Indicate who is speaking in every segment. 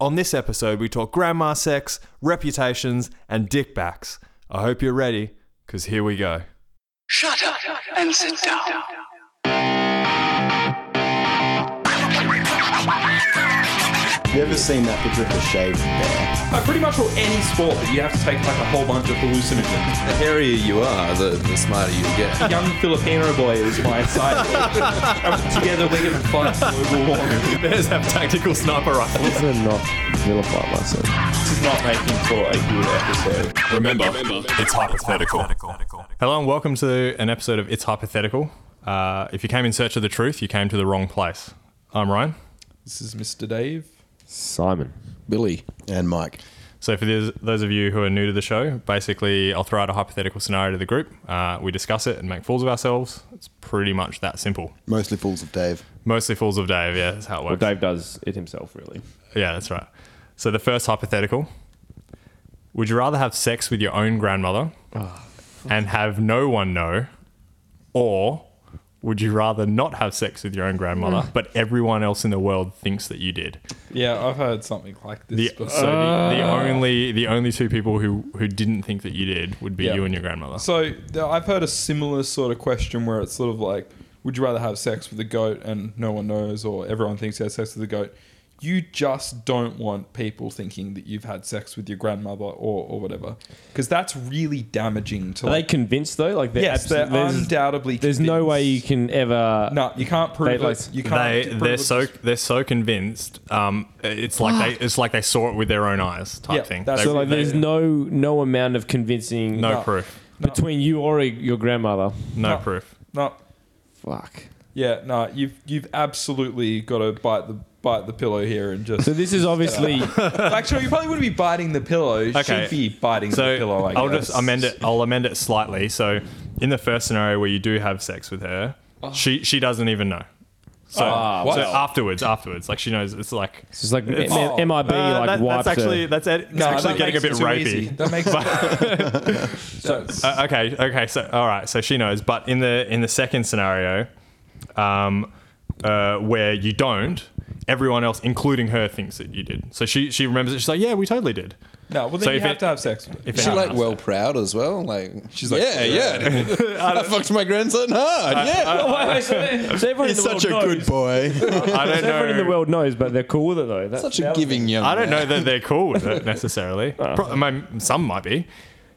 Speaker 1: On this episode, we talk grandma sex, reputations, and dickbacks. I hope you're ready, because here we go.
Speaker 2: Shut up and sit down.
Speaker 3: You ever seen that picture of the shaved bear?
Speaker 4: Uh, pretty much for any sport that you have to take like a whole bunch of hallucinogens.
Speaker 5: The hairier you are, the, the smarter you get.
Speaker 4: Young Filipino boy is my side. Together we're gonna fight global warming.
Speaker 6: Bears have tactical sniper rifles.
Speaker 3: I'm gonna not vilify myself.
Speaker 4: This is not making for a good episode.
Speaker 6: Remember, it's hypothetical.
Speaker 1: Hello, and welcome to an episode of It's Hypothetical. Uh, if you came in search of the truth, you came to the wrong place. I'm Ryan.
Speaker 4: This is Mr. Dave.
Speaker 3: Simon.
Speaker 5: Billy.
Speaker 3: And Mike.
Speaker 1: So, for those, those of you who are new to the show, basically, I'll throw out a hypothetical scenario to the group. Uh, we discuss it and make fools of ourselves. It's pretty much that simple.
Speaker 7: Mostly fools of Dave.
Speaker 1: Mostly fools of Dave. Yeah, that's how it works.
Speaker 4: Dave does it himself, really.
Speaker 1: Yeah, that's right. So the first hypothetical: Would you rather have sex with your own grandmother
Speaker 4: Oh.
Speaker 1: and have no one know, or would you rather not have sex with your own grandmother,
Speaker 4: Hmm.
Speaker 1: but everyone else in the world thinks that you did?
Speaker 4: Yeah, I've heard something like this
Speaker 1: The,
Speaker 4: before.
Speaker 1: so the, the
Speaker 4: Uh.
Speaker 1: only the only two people who who didn't think that you did would be
Speaker 4: Yeah.
Speaker 1: you and your grandmother.
Speaker 4: So th- I've heard a similar sort of question where it's sort of like, would you rather have sex with a goat and no one knows, or everyone thinks you had sex with a goat? You just don't want people thinking that you've had sex with your grandmother or, or whatever, because that's really damaging to.
Speaker 8: Are they
Speaker 4: Like,
Speaker 8: convinced though? Like they're
Speaker 4: yes, they're
Speaker 8: abso- there's,
Speaker 4: undoubtedly.
Speaker 8: There's no way you
Speaker 4: convinced.
Speaker 8: can ever.
Speaker 4: No, you can't prove
Speaker 8: They, like,
Speaker 4: it. You can't.
Speaker 1: They
Speaker 4: prove
Speaker 1: they're
Speaker 4: it.
Speaker 1: so they're so convinced. Um, it's like they it's like they saw it with their own eyes type
Speaker 4: Yeah,
Speaker 1: thing.
Speaker 4: that's
Speaker 1: They-
Speaker 8: So like,
Speaker 1: they-
Speaker 8: there's no no amount of convincing
Speaker 1: no,
Speaker 4: no.
Speaker 1: proof,
Speaker 8: between you or your grandmother.
Speaker 1: no
Speaker 4: No.
Speaker 1: proof.
Speaker 4: No,
Speaker 8: Fuck.
Speaker 4: yeah, no. You've you've absolutely got to bite the bite the pillow here and just.
Speaker 8: So this is obviously
Speaker 4: Actually, you probably wouldn't be biting the pillow. You
Speaker 1: Okay.
Speaker 4: Should be biting
Speaker 1: so
Speaker 4: the pillow. I
Speaker 1: I'll
Speaker 4: guess.
Speaker 1: just amend it. I'll amend it slightly. So in the first scenario where you do have sex with her, she she doesn't even know. So, so
Speaker 4: wow.
Speaker 1: afterwards, afterwards, like she knows it's like.
Speaker 8: it's like M-
Speaker 1: Oh.
Speaker 8: M- MIB
Speaker 1: Uh,
Speaker 8: like
Speaker 1: that-
Speaker 8: wipes
Speaker 1: that's actually
Speaker 8: her.
Speaker 1: that's it. It's
Speaker 4: No,
Speaker 1: actually
Speaker 4: that
Speaker 1: getting a bit
Speaker 4: makes it too
Speaker 1: rapey.
Speaker 4: easy. That makes it. so,
Speaker 1: Uh, okay, okay. So, all right. So she knows, but in the in the second scenario, um, uh, where you don't, everyone else, including her, thinks that you did. So she she remembers it. She's like, yeah, we totally did.
Speaker 4: no, well, then
Speaker 1: So
Speaker 4: you
Speaker 1: if
Speaker 4: have
Speaker 1: it-
Speaker 4: to have sex with it.
Speaker 1: If
Speaker 5: Is she
Speaker 1: anyone
Speaker 5: like
Speaker 1: else-
Speaker 5: well proud as well? Like she's
Speaker 4: like,
Speaker 5: yeah, yeah. I, fucked my grandson hard. yeah, Oh,
Speaker 8: so everyone in
Speaker 7: He's
Speaker 8: the
Speaker 7: such a
Speaker 1: Oh,
Speaker 8: world knows.
Speaker 7: good boy.
Speaker 1: I don't
Speaker 8: Everyone in the
Speaker 1: know.
Speaker 8: world knows, but they're cool with it though. That's
Speaker 5: such a giving young.
Speaker 1: I don't
Speaker 5: man.
Speaker 1: know that they're cool with it necessarily.
Speaker 8: Uh-huh.
Speaker 1: Pro- I mean, some might be.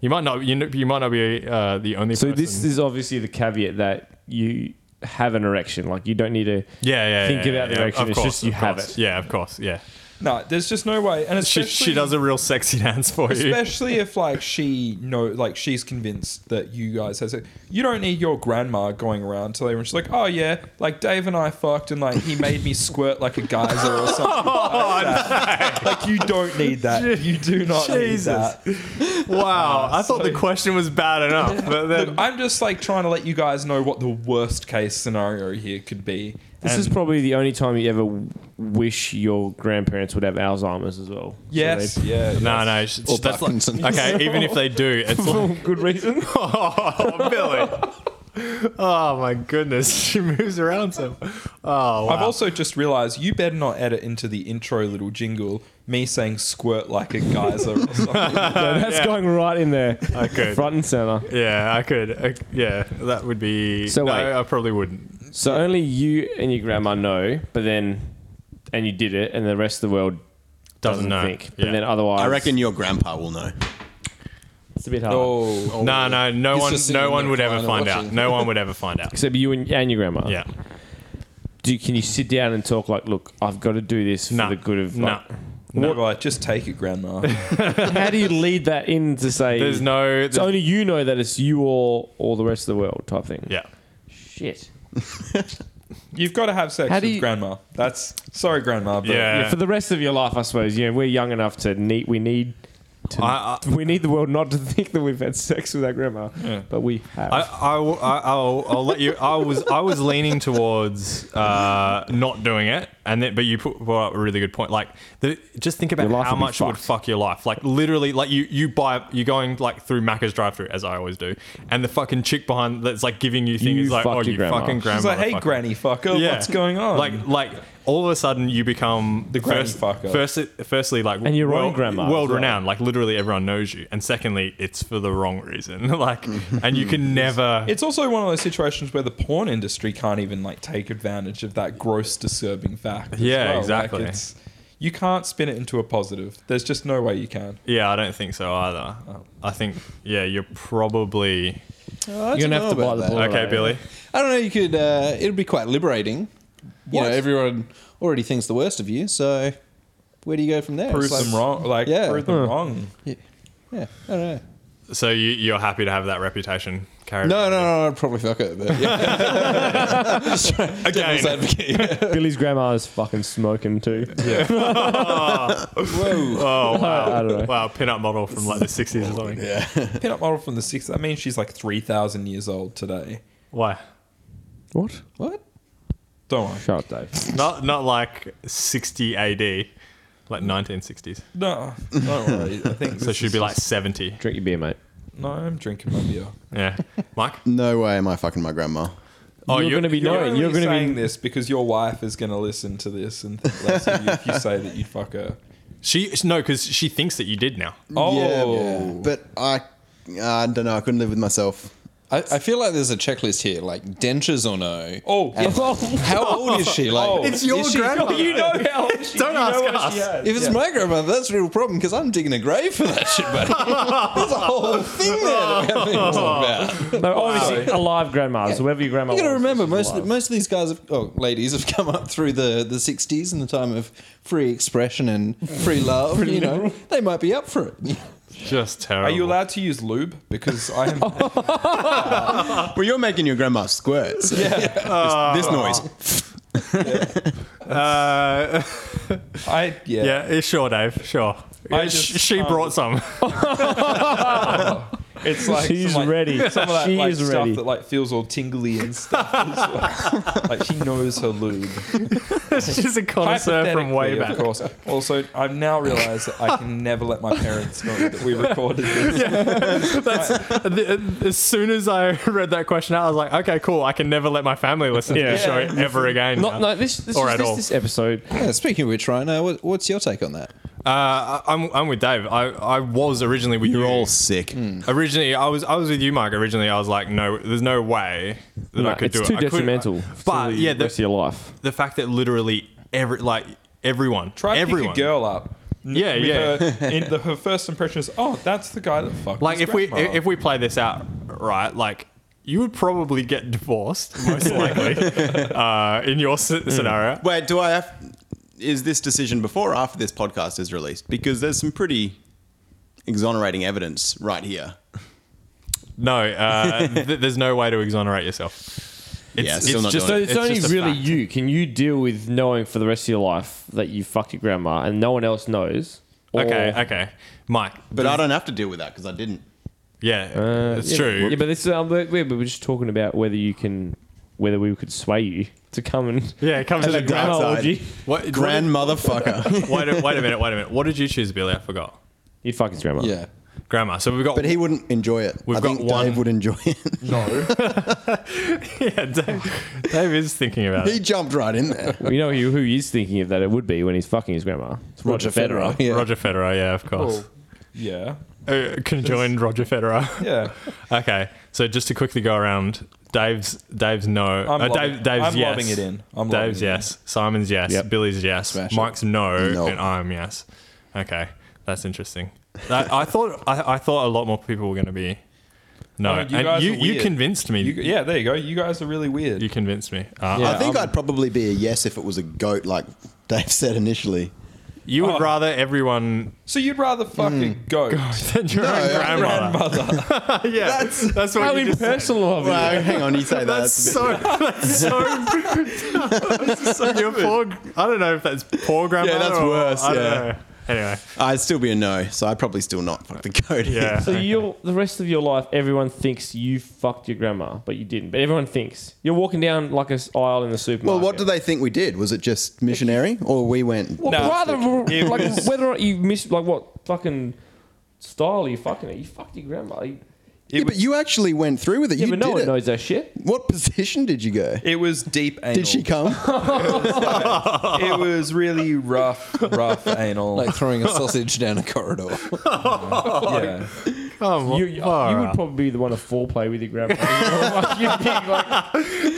Speaker 1: You might not. You, kn- you might not be uh, the only.
Speaker 8: So
Speaker 1: person.
Speaker 8: this is obviously the caveat that you have an erection. Like you don't need to.
Speaker 1: Yeah, yeah.
Speaker 8: Think
Speaker 1: yeah,
Speaker 8: about
Speaker 1: yeah,
Speaker 8: the direction,
Speaker 1: Of
Speaker 8: it's
Speaker 1: course,
Speaker 8: just you
Speaker 1: of
Speaker 8: have
Speaker 1: course.
Speaker 8: it.
Speaker 1: Yeah, of course. Yeah.
Speaker 4: no, there's just no way. And
Speaker 1: She,
Speaker 4: especially,
Speaker 1: she does a real sexy dance for you.
Speaker 4: especially if like she know, like she's convinced that you guys has it. You don't need your grandma going around telling everyone. She's like, oh yeah, like Dave and I fucked, and like he made me squirt like a geyser or something. like, that. like you don't need that. You do not
Speaker 1: Jesus.
Speaker 4: need that.
Speaker 1: Wow, I thought the question was bad enough, but then
Speaker 4: Look, I'm just like trying to let you guys know what the worst case scenario here could be.
Speaker 8: This
Speaker 4: And-
Speaker 8: is probably the only time you ever w- wish your grandparents would have Alzheimer's as well. So
Speaker 4: yes,
Speaker 8: they-
Speaker 4: yeah,
Speaker 1: no, no, sh-
Speaker 5: Or
Speaker 1: that's
Speaker 5: Parkinson's.
Speaker 1: like okay. Even if they do, it's like,
Speaker 8: for good reason.
Speaker 1: oh, Billy. Oh my goodness, she moves around so. Oh,
Speaker 4: I've also just realised you better not edit into the intro little jingle me saying squirt like a geyser or something.
Speaker 8: No, that's going right in there,
Speaker 1: I could.
Speaker 8: front and center.
Speaker 1: Yeah, I could. I, yeah, that would be.
Speaker 8: So
Speaker 1: no,
Speaker 8: wait.
Speaker 1: I probably wouldn't.
Speaker 8: So only you and your grandma know, but then, and you did it, and the rest of the world
Speaker 1: Doesn't
Speaker 8: doesn't,
Speaker 1: know.
Speaker 8: think. But
Speaker 1: Yeah.
Speaker 8: then otherwise,
Speaker 7: I reckon your grandpa will know.
Speaker 8: it's a bit hard.
Speaker 4: Oh,
Speaker 1: No, no, no
Speaker 5: He's
Speaker 1: one,
Speaker 5: just sitting
Speaker 1: no
Speaker 5: in
Speaker 1: one
Speaker 5: the
Speaker 1: would ever
Speaker 5: recliner
Speaker 1: find out.
Speaker 5: watching.
Speaker 1: No one would ever find out.
Speaker 8: Except you and, and your grandma.
Speaker 1: Yeah,
Speaker 8: Do you, can you sit down and talk like, look, I've got to do this for
Speaker 1: no,
Speaker 8: the good of.
Speaker 1: no.
Speaker 8: Like,
Speaker 4: no, right, just take it, Grandma.
Speaker 8: How do you lead that in to say?
Speaker 1: There's no.
Speaker 8: It's only you know that it's you or or the rest of the world type thing.
Speaker 1: yeah.
Speaker 8: Shit.
Speaker 4: You've got to have sex
Speaker 8: How
Speaker 4: with
Speaker 8: do you-
Speaker 4: Grandma. That's sorry, Grandma. But
Speaker 1: Yeah.
Speaker 8: yeah, for the rest of your life, I suppose. Yeah, we're young enough to need. We need. To,
Speaker 1: I-
Speaker 8: we need the world not to think that we've had sex with our grandma, but we have.
Speaker 1: I, I, will- I, will I'll let you. I was I was leaning towards uh, not doing it And then, but you put brought up a really good point. Like, the, just think about
Speaker 8: Your life
Speaker 1: how
Speaker 8: would be
Speaker 1: much it would
Speaker 8: fucked.
Speaker 1: fuck your life. Like, literally, like you you buy you're going like through Macca's drive through as I always do, and the fucking chick behind that's like giving you things
Speaker 8: You
Speaker 1: is like,
Speaker 8: fucked
Speaker 1: oh,
Speaker 8: your
Speaker 1: you
Speaker 8: grandma."
Speaker 1: fucking grandma.
Speaker 4: It's like, hey, granny fucker,
Speaker 1: Yeah.
Speaker 4: what's going on?
Speaker 1: Like, like all of a sudden you become the
Speaker 4: granny
Speaker 1: first,
Speaker 4: fucker.
Speaker 1: Firstly, firstly, like
Speaker 8: And your own
Speaker 1: world,
Speaker 8: grandma as
Speaker 1: world
Speaker 8: well.
Speaker 1: renowned. Like literally everyone knows you. And secondly, it's for the wrong reason. like, and you can never.
Speaker 4: It's also one of those situations where the porn industry can't even like take advantage of that gross, disturbing fact. as
Speaker 1: Yeah,
Speaker 4: well. Like,
Speaker 1: exactly.
Speaker 4: it's- you can't spin it into a positive. There's just no way you can.
Speaker 1: yeah, I don't think so either. I think yeah, you're probably
Speaker 5: You're gonna have to buy the
Speaker 1: okay, Billy.
Speaker 5: I don't know. You could. Uh, it'd be quite liberating. You know, everyone already thinks the worst of you. So where do you go from there?
Speaker 4: Prove
Speaker 5: It's like-
Speaker 4: them wrong. Like
Speaker 5: Yeah.
Speaker 4: prove them wrong.
Speaker 5: Yeah, I don't know.
Speaker 1: So you, you're happy to have that reputation carried?
Speaker 5: No, no, no, I'd probably fuck it. But yeah,
Speaker 1: Again,
Speaker 5: devil's advocate, yeah.
Speaker 8: Billy's grandma is fucking smoking too.
Speaker 1: oh wow,
Speaker 8: I don't know.
Speaker 1: wow, pin-up model from like the '60s or something.
Speaker 4: Pin-up model from the sixth. That means she's like three thousand years old today.
Speaker 1: Why?
Speaker 8: What?
Speaker 5: What?
Speaker 4: Don't worry.
Speaker 8: Shut up, Dave.
Speaker 1: Not not like 60 AD, like 1960s.
Speaker 4: No, don't worry. I think
Speaker 1: So
Speaker 4: this
Speaker 1: she'd
Speaker 4: is
Speaker 1: be like
Speaker 4: just-
Speaker 1: 70.
Speaker 8: Drink your beer, mate.
Speaker 4: no, I'm drinking my beer.
Speaker 1: Yeah, Mike.
Speaker 7: No way am I fucking my grandma.
Speaker 1: Oh,
Speaker 8: you're, gonna be
Speaker 4: You're,
Speaker 8: knowing. You're gonna
Speaker 4: saying
Speaker 8: be.
Speaker 4: this because your wife is going to listen to this and think less of you if you say that you'd fuck her.
Speaker 1: She no, because she thinks that you did now.
Speaker 4: Oh,
Speaker 5: Yeah,
Speaker 7: But I, I don't know. I couldn't live with myself.
Speaker 5: I, I feel like there's a checklist here, like dentures or no.
Speaker 4: Oh,
Speaker 5: And how old is she? Like,
Speaker 4: Oh. It's your
Speaker 5: is she-
Speaker 4: you know how old she,
Speaker 1: Don't
Speaker 4: you
Speaker 1: ask
Speaker 4: know what
Speaker 1: us.
Speaker 4: she has.
Speaker 5: If it's my grandmother, that's a real problem because I'm digging a grave for that shit, buddy. There's a whole thing there that we haven't even talked about.
Speaker 8: No, obviously alive grandmas. Whoever your grandma.
Speaker 5: You got to
Speaker 8: was,
Speaker 5: remember,
Speaker 8: she's
Speaker 5: most
Speaker 8: alive.
Speaker 5: most of these guys, have, oh, ladies, have come up through the, the 60s and the time of free expression and free love. you know, they might be up for it.
Speaker 1: Just terrible.
Speaker 4: Are you allowed to use lube? Because I am.
Speaker 7: Well, you're making your grandma squirt. So yeah. this, this noise.
Speaker 1: Uh,
Speaker 4: I yeah.
Speaker 1: yeah, yeah, sure, Dave. Sure.
Speaker 4: I
Speaker 1: Yeah,
Speaker 4: just-
Speaker 1: sh- she brought some.
Speaker 4: It's like
Speaker 8: She's
Speaker 4: some, like,
Speaker 8: ready.
Speaker 4: Some of that
Speaker 8: she
Speaker 4: like
Speaker 8: is
Speaker 4: stuff
Speaker 8: ready.
Speaker 4: that like feels all tingly and stuff. as well. like she knows her lube.
Speaker 1: She's a connoisseur from way
Speaker 4: Hypothetically,
Speaker 1: back.
Speaker 4: Of course. Also, I've now realised that I can never let my parents know that we recorded this.
Speaker 1: Th- uh, As soon as I read that question out, I was like, okay, cool. I can never let my family listen to
Speaker 8: Yeah.
Speaker 1: this show ever again.
Speaker 8: Not,
Speaker 1: now.
Speaker 8: no, this this,
Speaker 1: Or
Speaker 8: is-
Speaker 1: at
Speaker 8: this,
Speaker 1: all.
Speaker 8: this episode.
Speaker 5: Yeah, speaking of which, Ryan, uh, what, what's your take on that?
Speaker 1: Uh, I- I'm, I'm with Dave. I, I was originally with
Speaker 7: You're
Speaker 1: you. Hmm.
Speaker 7: all sick.
Speaker 1: Originally, I was I was with you, Mark. Originally, I was like, no, there's no way that
Speaker 8: No,
Speaker 1: I could
Speaker 8: it's
Speaker 1: do
Speaker 8: too
Speaker 1: it. I couldn't-
Speaker 8: detrimental.
Speaker 1: but
Speaker 8: to
Speaker 1: yeah,
Speaker 8: the rest of
Speaker 1: the,
Speaker 8: your life.
Speaker 1: the fact that literally every like everyone,
Speaker 4: Try to pick
Speaker 1: everyone,
Speaker 4: a girl up. N-
Speaker 1: Yeah,
Speaker 4: with
Speaker 1: yeah.
Speaker 4: Her, in the, her first impression is, oh, that's the guy that fucked.
Speaker 1: like
Speaker 4: his
Speaker 1: if we
Speaker 4: grandma."
Speaker 1: if we play this out right, like you would probably get divorced most likely uh, in your
Speaker 4: Mm.
Speaker 1: sce- scenario.
Speaker 7: Wait, do I have? Is this decision before or after this podcast is released? Because there's some pretty exonerating evidence right here.
Speaker 1: No, uh, th- there's no way to exonerate yourself. It's,
Speaker 7: Yeah, still not
Speaker 1: just
Speaker 7: doing
Speaker 8: So
Speaker 7: it.
Speaker 8: it's,
Speaker 1: it's
Speaker 8: only
Speaker 1: just a
Speaker 8: really
Speaker 1: fact.
Speaker 8: you. Can you deal with knowing for the rest of your life that you fucked your grandma and no one else knows? Or-
Speaker 1: okay, okay, Mike.
Speaker 7: But uh, I don't have to deal with that because I didn't.
Speaker 1: Yeah,
Speaker 8: Uh,
Speaker 1: it's
Speaker 8: yeah,
Speaker 1: true.
Speaker 8: Yeah, but this is um, we we we're just talking about whether you can, whether we could sway you to come and
Speaker 1: yeah, come to
Speaker 8: have
Speaker 1: the
Speaker 8: a grandma
Speaker 7: side.
Speaker 8: orgy.
Speaker 1: What,
Speaker 7: Grand motherfucker.
Speaker 1: Wait, a- wait a minute, wait a minute. What did you choose, Billy? I forgot.
Speaker 8: You'd fuck his grandma.
Speaker 5: Yeah.
Speaker 1: Grandma. So we've got.
Speaker 7: but he wouldn't enjoy it.
Speaker 1: We've
Speaker 7: I
Speaker 1: got
Speaker 7: think
Speaker 1: one-
Speaker 7: Dave would enjoy it.
Speaker 1: yeah, Dave, Dave is thinking about
Speaker 7: he
Speaker 1: it.
Speaker 7: jumped right in there.
Speaker 8: You know who, who he is thinking of that it would be when he's fucking his grandma. It's Roger, Federer.
Speaker 5: Yeah.
Speaker 1: Roger Federer, yeah, of course.
Speaker 4: Oh, yeah,
Speaker 1: Uh, conjoined Roger Federer.
Speaker 4: yeah.
Speaker 1: okay, so just to quickly go around, Dave's Dave's no.
Speaker 4: I'm,
Speaker 1: uh,
Speaker 4: lobbing,
Speaker 1: Dave, Dave's
Speaker 4: I'm
Speaker 1: yes.
Speaker 4: lobbing it in. I'm lobbing
Speaker 1: Dave's
Speaker 4: it in.
Speaker 1: yes. Simon's yes.
Speaker 8: Yep.
Speaker 1: Billy's yes.
Speaker 5: Smash it.
Speaker 1: Mike's no,
Speaker 7: No.
Speaker 1: and I'm yes. Okay, that's interesting. That, I thought I, I thought a lot more people were going to be no,
Speaker 4: Oh, you
Speaker 1: and
Speaker 4: guys
Speaker 1: you,
Speaker 4: are
Speaker 1: you
Speaker 4: weird.
Speaker 1: convinced me.
Speaker 4: You,
Speaker 1: You,
Speaker 4: yeah, there you go. You guys are really weird. Um,
Speaker 1: convinced me. Uh,
Speaker 7: I think I'd probably be a yes if it was a goat, like Dave said initially.
Speaker 1: You would
Speaker 4: Oh.
Speaker 1: rather everyone
Speaker 4: so you'd rather
Speaker 7: Mm.
Speaker 4: fuck a goat?
Speaker 1: than your own grandmother. yeah, that's, that's what
Speaker 8: How
Speaker 1: you just said.
Speaker 8: impersonal of you.
Speaker 7: Well, hang on, you say that.
Speaker 1: That's
Speaker 7: that's a
Speaker 1: so. That's so. that's so your poor. I don't know if that's poor grandmother.
Speaker 7: that's
Speaker 1: or-
Speaker 7: worse,
Speaker 1: I don't
Speaker 7: yeah.
Speaker 1: know. Anyway,
Speaker 7: I'd still be a no, so I'd probably still not fuck the code.
Speaker 1: yeah.
Speaker 8: So you the rest of your life, everyone thinks you fucked your grandma, but you didn't. But everyone thinks you're walking down like a s- aisle in the
Speaker 7: Well,
Speaker 8: supermarket.
Speaker 7: what do they think we did? Was it just missionary, or we went?
Speaker 8: Well,
Speaker 4: Nah.
Speaker 8: rather
Speaker 4: It
Speaker 8: like
Speaker 4: was-
Speaker 8: whether or not you missed like what fucking style you fucking it. You fucked your grandma. You,
Speaker 7: Yeah, but you actually went through with it.
Speaker 8: yeah,
Speaker 7: you
Speaker 8: but no
Speaker 7: did
Speaker 8: one
Speaker 7: it.
Speaker 8: knows that shit.
Speaker 7: What position did you go?
Speaker 4: It was deep anal.
Speaker 7: Did she come?
Speaker 4: It was really rough, rough anal.
Speaker 5: Like throwing a sausage down a corridor.
Speaker 4: yeah.
Speaker 1: Come on.
Speaker 8: You, you, you would probably be the one to foreplay with your grandma. Like, you'd be like,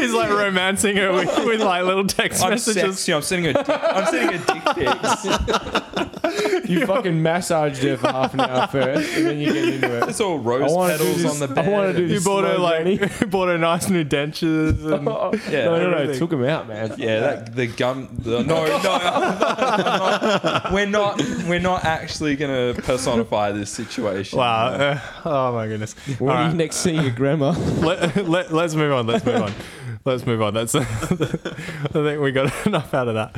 Speaker 1: He's like romancing her with, with like little text
Speaker 4: I'm
Speaker 1: messages.
Speaker 4: sexy. I'm sending a dick. I'm sending a dick pic.
Speaker 8: you fucking massaged her for half an hour first, and then you get into it.
Speaker 4: It's all rose
Speaker 8: I wanna do
Speaker 4: petals
Speaker 8: this-
Speaker 4: on the
Speaker 8: I
Speaker 4: bed.
Speaker 8: wanna do
Speaker 1: You bought her
Speaker 8: Slow
Speaker 1: like bought her nice new dentures. And
Speaker 8: Oh, no, no, no,
Speaker 1: everything.
Speaker 8: took him out, man.
Speaker 4: Yeah, that, the gum. The, no, no, no, we're not. We're not actually gonna personify this situation.
Speaker 1: wow. uh, oh my goodness. All
Speaker 8: When
Speaker 1: right.
Speaker 8: you next see your grandma?
Speaker 1: let, let, let's move on. Let's move on. Let's move on. That's. I think we got enough out of that.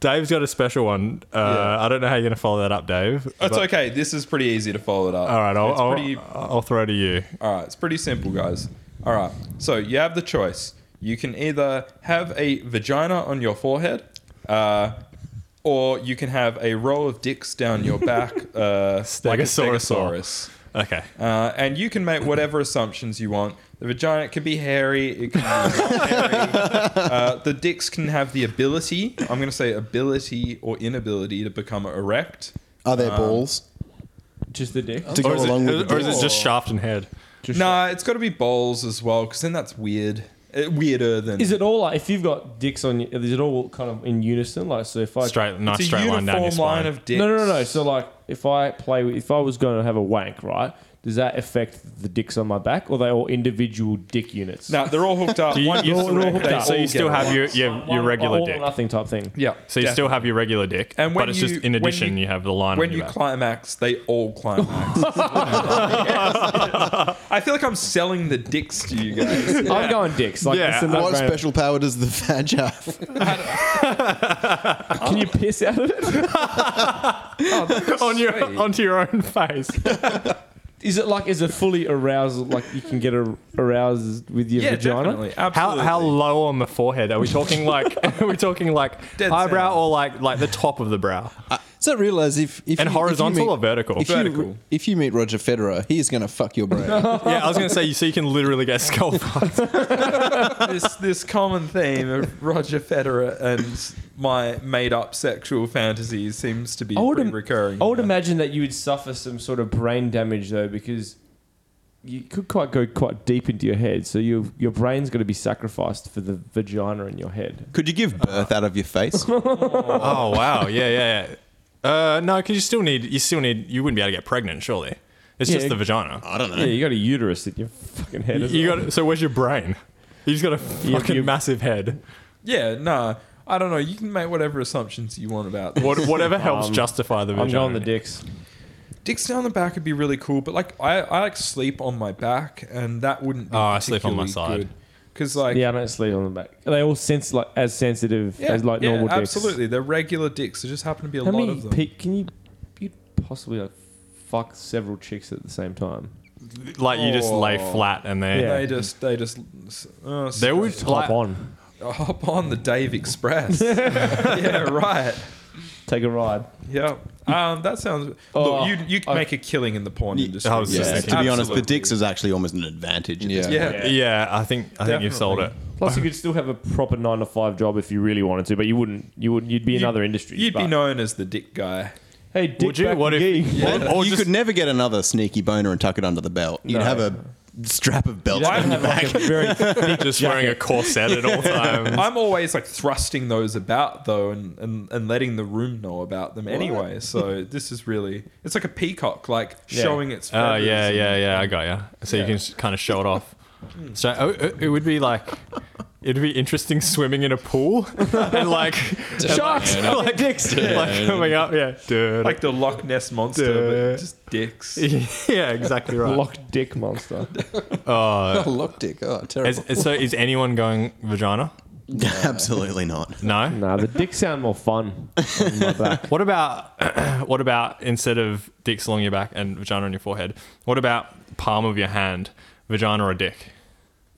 Speaker 1: Dave's got a special one. Uh,
Speaker 4: Yeah.
Speaker 1: I don't know how you're gonna follow that up, Dave.
Speaker 4: It's
Speaker 1: but-
Speaker 4: okay. This is pretty easy to follow it up.
Speaker 1: All right, I'll,
Speaker 4: it's
Speaker 1: I'll,
Speaker 4: pretty,
Speaker 1: I'll throw to you.
Speaker 4: All right, it's pretty simple, guys. All right, so you have the choice. You can either have a vagina on your forehead, uh, or you can have a row of dicks down your back, uh, like a
Speaker 1: Stegosaurus.
Speaker 4: stegosaurus.
Speaker 1: Okay.
Speaker 4: Uh, and you can make whatever assumptions you want. The vagina it can be hairy. It can be not hairy. Uh, the dicks can have the ability. I'm going to say ability or inability to become erect.
Speaker 7: Are there balls
Speaker 8: Just the dick.
Speaker 7: to go
Speaker 1: Or is, it,
Speaker 7: along with? the
Speaker 1: or is it
Speaker 7: dick?
Speaker 1: just shaft and head?
Speaker 4: Nah, it's got to be balls as well, because then that's weird. Uh, weirder than
Speaker 8: Is it all like if you've got dicks on? you- Is it all kind of in unison? Like so, if I
Speaker 1: Straight, nice
Speaker 4: It's a
Speaker 1: straight line
Speaker 4: uniform
Speaker 1: down your
Speaker 4: line,
Speaker 1: spine.
Speaker 4: of dicks.
Speaker 8: no, no, no, no. So like if I play, with- if I was going to have a wank, right? Does that affect the dicks on my back, or are they all individual dick units?
Speaker 4: No, they're all hooked up.
Speaker 1: Do you-
Speaker 4: One-
Speaker 1: you-
Speaker 4: they're all hooked
Speaker 1: okay,
Speaker 4: up.
Speaker 1: so
Speaker 4: All
Speaker 1: you still
Speaker 4: together.
Speaker 1: have your your, your
Speaker 8: One-
Speaker 1: regular
Speaker 8: all or
Speaker 1: dick.
Speaker 8: nothing type thing.
Speaker 4: yeah.
Speaker 1: So you still have your regular dick,
Speaker 4: And when
Speaker 1: but it's
Speaker 4: you-
Speaker 1: just in
Speaker 4: when
Speaker 1: addition you,
Speaker 4: you-
Speaker 1: have the line.
Speaker 4: When
Speaker 1: on
Speaker 4: you
Speaker 1: your back.
Speaker 4: climax, they all climax. I feel like I'm selling the dicks to you guys.
Speaker 8: I'm going dicks. Like,
Speaker 1: Yeah,
Speaker 8: it's a
Speaker 7: What
Speaker 8: no-brainer.
Speaker 7: special power does the vag have?
Speaker 8: Can you piss out of it?
Speaker 1: on your onto your own face.
Speaker 8: Is it like is it fully arousal? Like you can get a, aroused with your
Speaker 4: yeah,
Speaker 8: vagina?
Speaker 4: definitely.
Speaker 1: How,
Speaker 4: Absolutely.
Speaker 1: how low on the forehead are we talking? Like are we talking like
Speaker 4: Dead
Speaker 1: eyebrow
Speaker 4: center.
Speaker 1: or like like the top of the brow?
Speaker 5: So I realise if, if
Speaker 1: And
Speaker 5: you- if you
Speaker 1: horizontal
Speaker 5: meet-
Speaker 1: or vertical?
Speaker 5: If you-
Speaker 4: Vertical.
Speaker 5: if you meet Roger Federer, he's going to fuck your brain.
Speaker 1: yeah, I was gonna say you so you can literally get skull fucked.
Speaker 4: this this common theme of Roger Federer and my made up sexual fantasies seems to be
Speaker 8: I would,
Speaker 4: pretty
Speaker 8: im-
Speaker 4: recurring.
Speaker 8: I would imagine that you would suffer some sort of brain damage though, because you could quite go quite deep into your head. So your your brain's got to be sacrificed for the vagina in your head.
Speaker 7: Could you give birth out of your face?
Speaker 1: oh wow, yeah, yeah, yeah. Uh, no, because you still need you still need you wouldn't be able to get pregnant, surely. It's
Speaker 8: Yeah.
Speaker 1: just the vagina.
Speaker 7: I don't
Speaker 8: Yeah,
Speaker 7: know.
Speaker 8: you got a uterus in your fucking head. as
Speaker 1: You
Speaker 8: well.
Speaker 1: got so where's your brain? You just got a fucking
Speaker 8: you-
Speaker 1: massive head.
Speaker 4: yeah, nah. I don't know. You can make whatever assumptions you want about this.
Speaker 1: What, whatever helps
Speaker 8: Um,
Speaker 1: justify the
Speaker 8: I'm
Speaker 1: vagina.
Speaker 8: going the dicks.
Speaker 4: Dicks down the back would be really cool, but like I, I like sleep on my back, and that wouldn't. Be
Speaker 1: Oh, I sleep on my side.
Speaker 4: because like
Speaker 8: Yeah, I don't sleep on the back. Are they all sense like as sensitive
Speaker 4: yeah,
Speaker 8: as like
Speaker 4: yeah,
Speaker 8: normal dicks?
Speaker 4: absolutely, they're regular dicks. There just happen to be a
Speaker 8: How
Speaker 4: lot
Speaker 8: many
Speaker 4: of them.
Speaker 8: pe- can you you possibly like fuck several chicks at the same time?
Speaker 1: Like you just lay
Speaker 4: Oh.
Speaker 1: flat and they
Speaker 8: Yeah.
Speaker 4: They just, they just. Uh,
Speaker 1: there would like,
Speaker 8: Hop on,
Speaker 4: hop on the Dave Express. yeah, right.
Speaker 8: take a ride.
Speaker 4: Yeah. Um, that sounds.
Speaker 8: Oh,
Speaker 4: look, you you
Speaker 8: I-
Speaker 4: can make a killing in the porn industry.
Speaker 1: I was
Speaker 7: Yeah,
Speaker 1: just
Speaker 7: to be
Speaker 1: thinking.
Speaker 7: honest, the
Speaker 4: Absolutely.
Speaker 7: dicks is actually almost an advantage.
Speaker 5: Yeah.
Speaker 4: Yeah.
Speaker 1: Yeah, I think I think you've sold it.
Speaker 4: Definitely.
Speaker 8: Plus, you could still have a proper nine to five job if you really wanted to, but you wouldn't. You wouldn't. You'd be in
Speaker 4: You'd-
Speaker 8: other industries.
Speaker 4: You'd be
Speaker 8: but-
Speaker 4: known as the dick guy.
Speaker 8: Hey, Dick
Speaker 1: Would you?
Speaker 8: Back
Speaker 1: What if?
Speaker 8: McGee.
Speaker 1: Or, or
Speaker 7: you
Speaker 1: just,
Speaker 7: could never get another sneaky boner and tuck it under the belt. You'd
Speaker 8: No.
Speaker 7: have a strap of belt.
Speaker 8: I'd have like a very
Speaker 1: just wearing a corset at all times.
Speaker 4: I'm always like thrusting those about though, and, and, and letting the room know about them anyway. So this is really it's like a peacock, like showing its.
Speaker 1: Oh
Speaker 4: feathers
Speaker 1: yeah,
Speaker 4: and-
Speaker 1: yeah, yeah. I got you. So you can just kind of show it off. So oh, it- it would be like. It'd be interesting swimming in a pool and like sharks, like dicks, like coming up, yeah, dude.
Speaker 4: Like the Loch Ness monster,
Speaker 1: Duh.
Speaker 4: but just dicks.
Speaker 1: yeah, exactly right.
Speaker 8: locked dick monster.
Speaker 5: oh, lock dick. Oh, terrible.
Speaker 1: Is- is- so is anyone going vagina?
Speaker 7: Absolutely not.
Speaker 1: No.
Speaker 8: Nah, the dicks sound more fun. on my back.
Speaker 1: What about what about instead of dicks along your back and vagina on your forehead? What about palm of your hand, vagina or dick?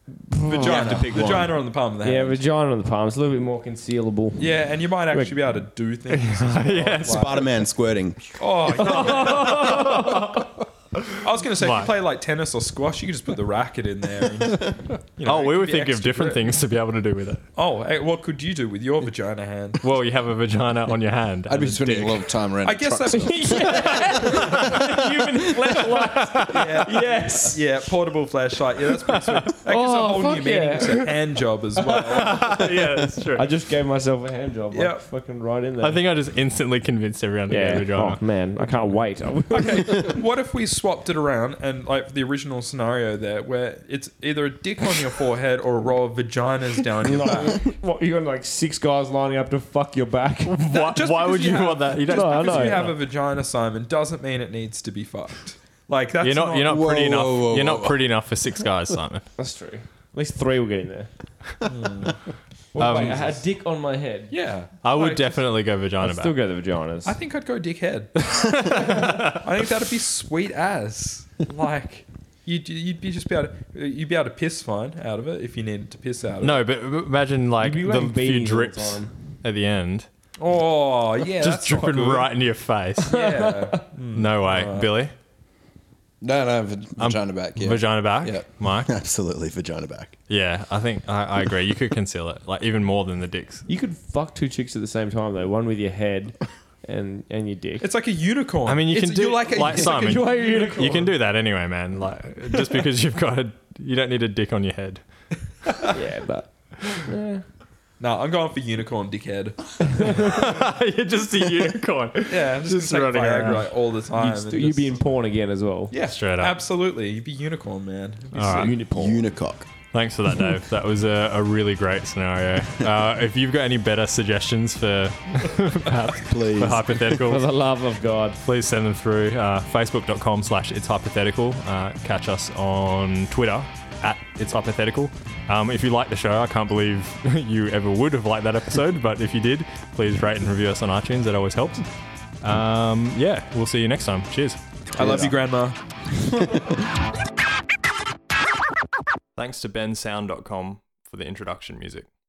Speaker 4: Vagina.
Speaker 7: to pick one.
Speaker 4: Vagina on the palm of the hand.
Speaker 8: Yeah, vagina on the palms, a little bit more concealable.
Speaker 4: Yeah, and you might actually be able to do things.
Speaker 1: yes.
Speaker 7: Spider Man squirting.
Speaker 4: Oh, yeah. I was going to say, if
Speaker 1: Right.
Speaker 4: you play like tennis or squash, you can just put the racket in there. And, you know,
Speaker 1: Oh, we
Speaker 4: it
Speaker 1: were
Speaker 4: could be
Speaker 1: thinking of
Speaker 4: extra
Speaker 1: different
Speaker 4: grip.
Speaker 1: things to be able to do with it.
Speaker 4: Oh, hey, what could you do with your vagina hand?
Speaker 1: Well, you have a vagina on your hand.
Speaker 5: I'd be spending a lot of time around.
Speaker 4: I guess
Speaker 5: trucks.
Speaker 4: that's
Speaker 8: Human
Speaker 4: yeah,
Speaker 8: Yes.
Speaker 4: yeah, portable flashlight. Yeah, that's pretty sweet. That gives
Speaker 8: Oh,
Speaker 4: a whole new
Speaker 8: fuck
Speaker 4: meaning
Speaker 8: yeah.
Speaker 4: to hand job as well.
Speaker 1: yeah, that's true.
Speaker 8: I just gave myself a hand job.
Speaker 4: Yeah.
Speaker 8: Like, fucking right in there.
Speaker 1: I think I just instantly convinced everyone to go
Speaker 8: Yeah.
Speaker 1: vagina.
Speaker 8: Oh man, I can't wait.
Speaker 4: what if we swapped it around and like the original scenario there, where it's either a dick on your forehead or a row of vaginas down your back?
Speaker 8: what you got like six guys lining up to fuck your back?
Speaker 1: Why,
Speaker 4: just
Speaker 1: why
Speaker 4: because
Speaker 1: would
Speaker 4: you
Speaker 1: you
Speaker 4: have-
Speaker 1: want that? You don't.
Speaker 8: No, I
Speaker 4: Because
Speaker 8: know.
Speaker 4: you have a vagina, Simon, doesn't mean it needs to be fucked. Like that's
Speaker 1: You're not. You're not
Speaker 5: Whoa,
Speaker 1: pretty
Speaker 5: whoa,
Speaker 1: enough.
Speaker 5: whoa,
Speaker 1: you're
Speaker 5: whoa,
Speaker 1: not
Speaker 5: whoa.
Speaker 1: pretty enough for six guys, Simon.
Speaker 8: That's true. At least three will get in there. Well,
Speaker 1: Um,
Speaker 8: wait, I had a dick on my head.
Speaker 4: Yeah,
Speaker 1: I would
Speaker 4: Like,
Speaker 1: definitely go vagina
Speaker 8: I'd
Speaker 1: back.
Speaker 8: still go the vaginas.
Speaker 4: I think I'd go dickhead. I think that'd be sweet as like you'd you'd be just be able to you'd be able to piss fine out of it if you needed to piss out of it.
Speaker 1: no, but but imagine like
Speaker 8: You'd
Speaker 1: the
Speaker 8: be wearing beanies all
Speaker 1: few
Speaker 8: the
Speaker 1: drips
Speaker 8: time.
Speaker 1: at the end,
Speaker 4: Oh yeah,
Speaker 1: just
Speaker 4: that's not
Speaker 1: dripping
Speaker 4: good. Hmm.
Speaker 1: right into your face.
Speaker 4: Yeah,
Speaker 1: no way, Billy.
Speaker 5: no, no, v- vagina back. Yeah,
Speaker 1: Um, Vagina back,
Speaker 5: Yeah.
Speaker 1: Mike.
Speaker 5: absolutely vagina back.
Speaker 1: Yeah, I think I, I agree. You could conceal it, like even more than the dicks.
Speaker 8: you could fuck two chicks at the same time though. One with your head and and your dick.
Speaker 4: it's like a unicorn.
Speaker 1: I mean, you
Speaker 4: It's-
Speaker 1: can do
Speaker 4: you're like a,
Speaker 1: like
Speaker 4: it's like a
Speaker 1: Simon.
Speaker 4: uni-
Speaker 1: You can do that anyway, man. Like just because you've got a, you don't need a dick on your head.
Speaker 8: yeah, but
Speaker 4: no, I'm going for unicorn, dickhead.
Speaker 1: you're just a unicorn.
Speaker 4: Yeah, I'm just,
Speaker 1: Just
Speaker 4: gonna
Speaker 1: running
Speaker 4: take Viagra
Speaker 1: around.
Speaker 4: like, all the time.
Speaker 8: you'd,
Speaker 4: and
Speaker 8: still, you'd
Speaker 4: just-
Speaker 8: be in porn again as well.
Speaker 4: yeah,
Speaker 1: Straight up.
Speaker 4: Absolutely, you'd be unicorn, man. It'd be
Speaker 1: All
Speaker 4: sick.
Speaker 1: right.
Speaker 8: Uniporn.
Speaker 5: Unicock.
Speaker 1: Thanks for that, Dave. That was a, a really great scenario. Uh, if you've got any better suggestions for,
Speaker 5: Please.
Speaker 1: for
Speaker 8: For
Speaker 1: hypotheticals,
Speaker 8: the love of God.
Speaker 1: please send them through. Uh, Facebook.com slash It's Hypothetical. Uh, catch us on Twitter at It's Hypothetical. Um, if you like the show, I can't believe you ever would have liked that episode, but if you did, please rate and review us on iTunes. That always helps. Um, yeah, we'll see you next time. Cheers.
Speaker 4: I love you, grandma.
Speaker 1: Thanks to bensound.com for the introduction music.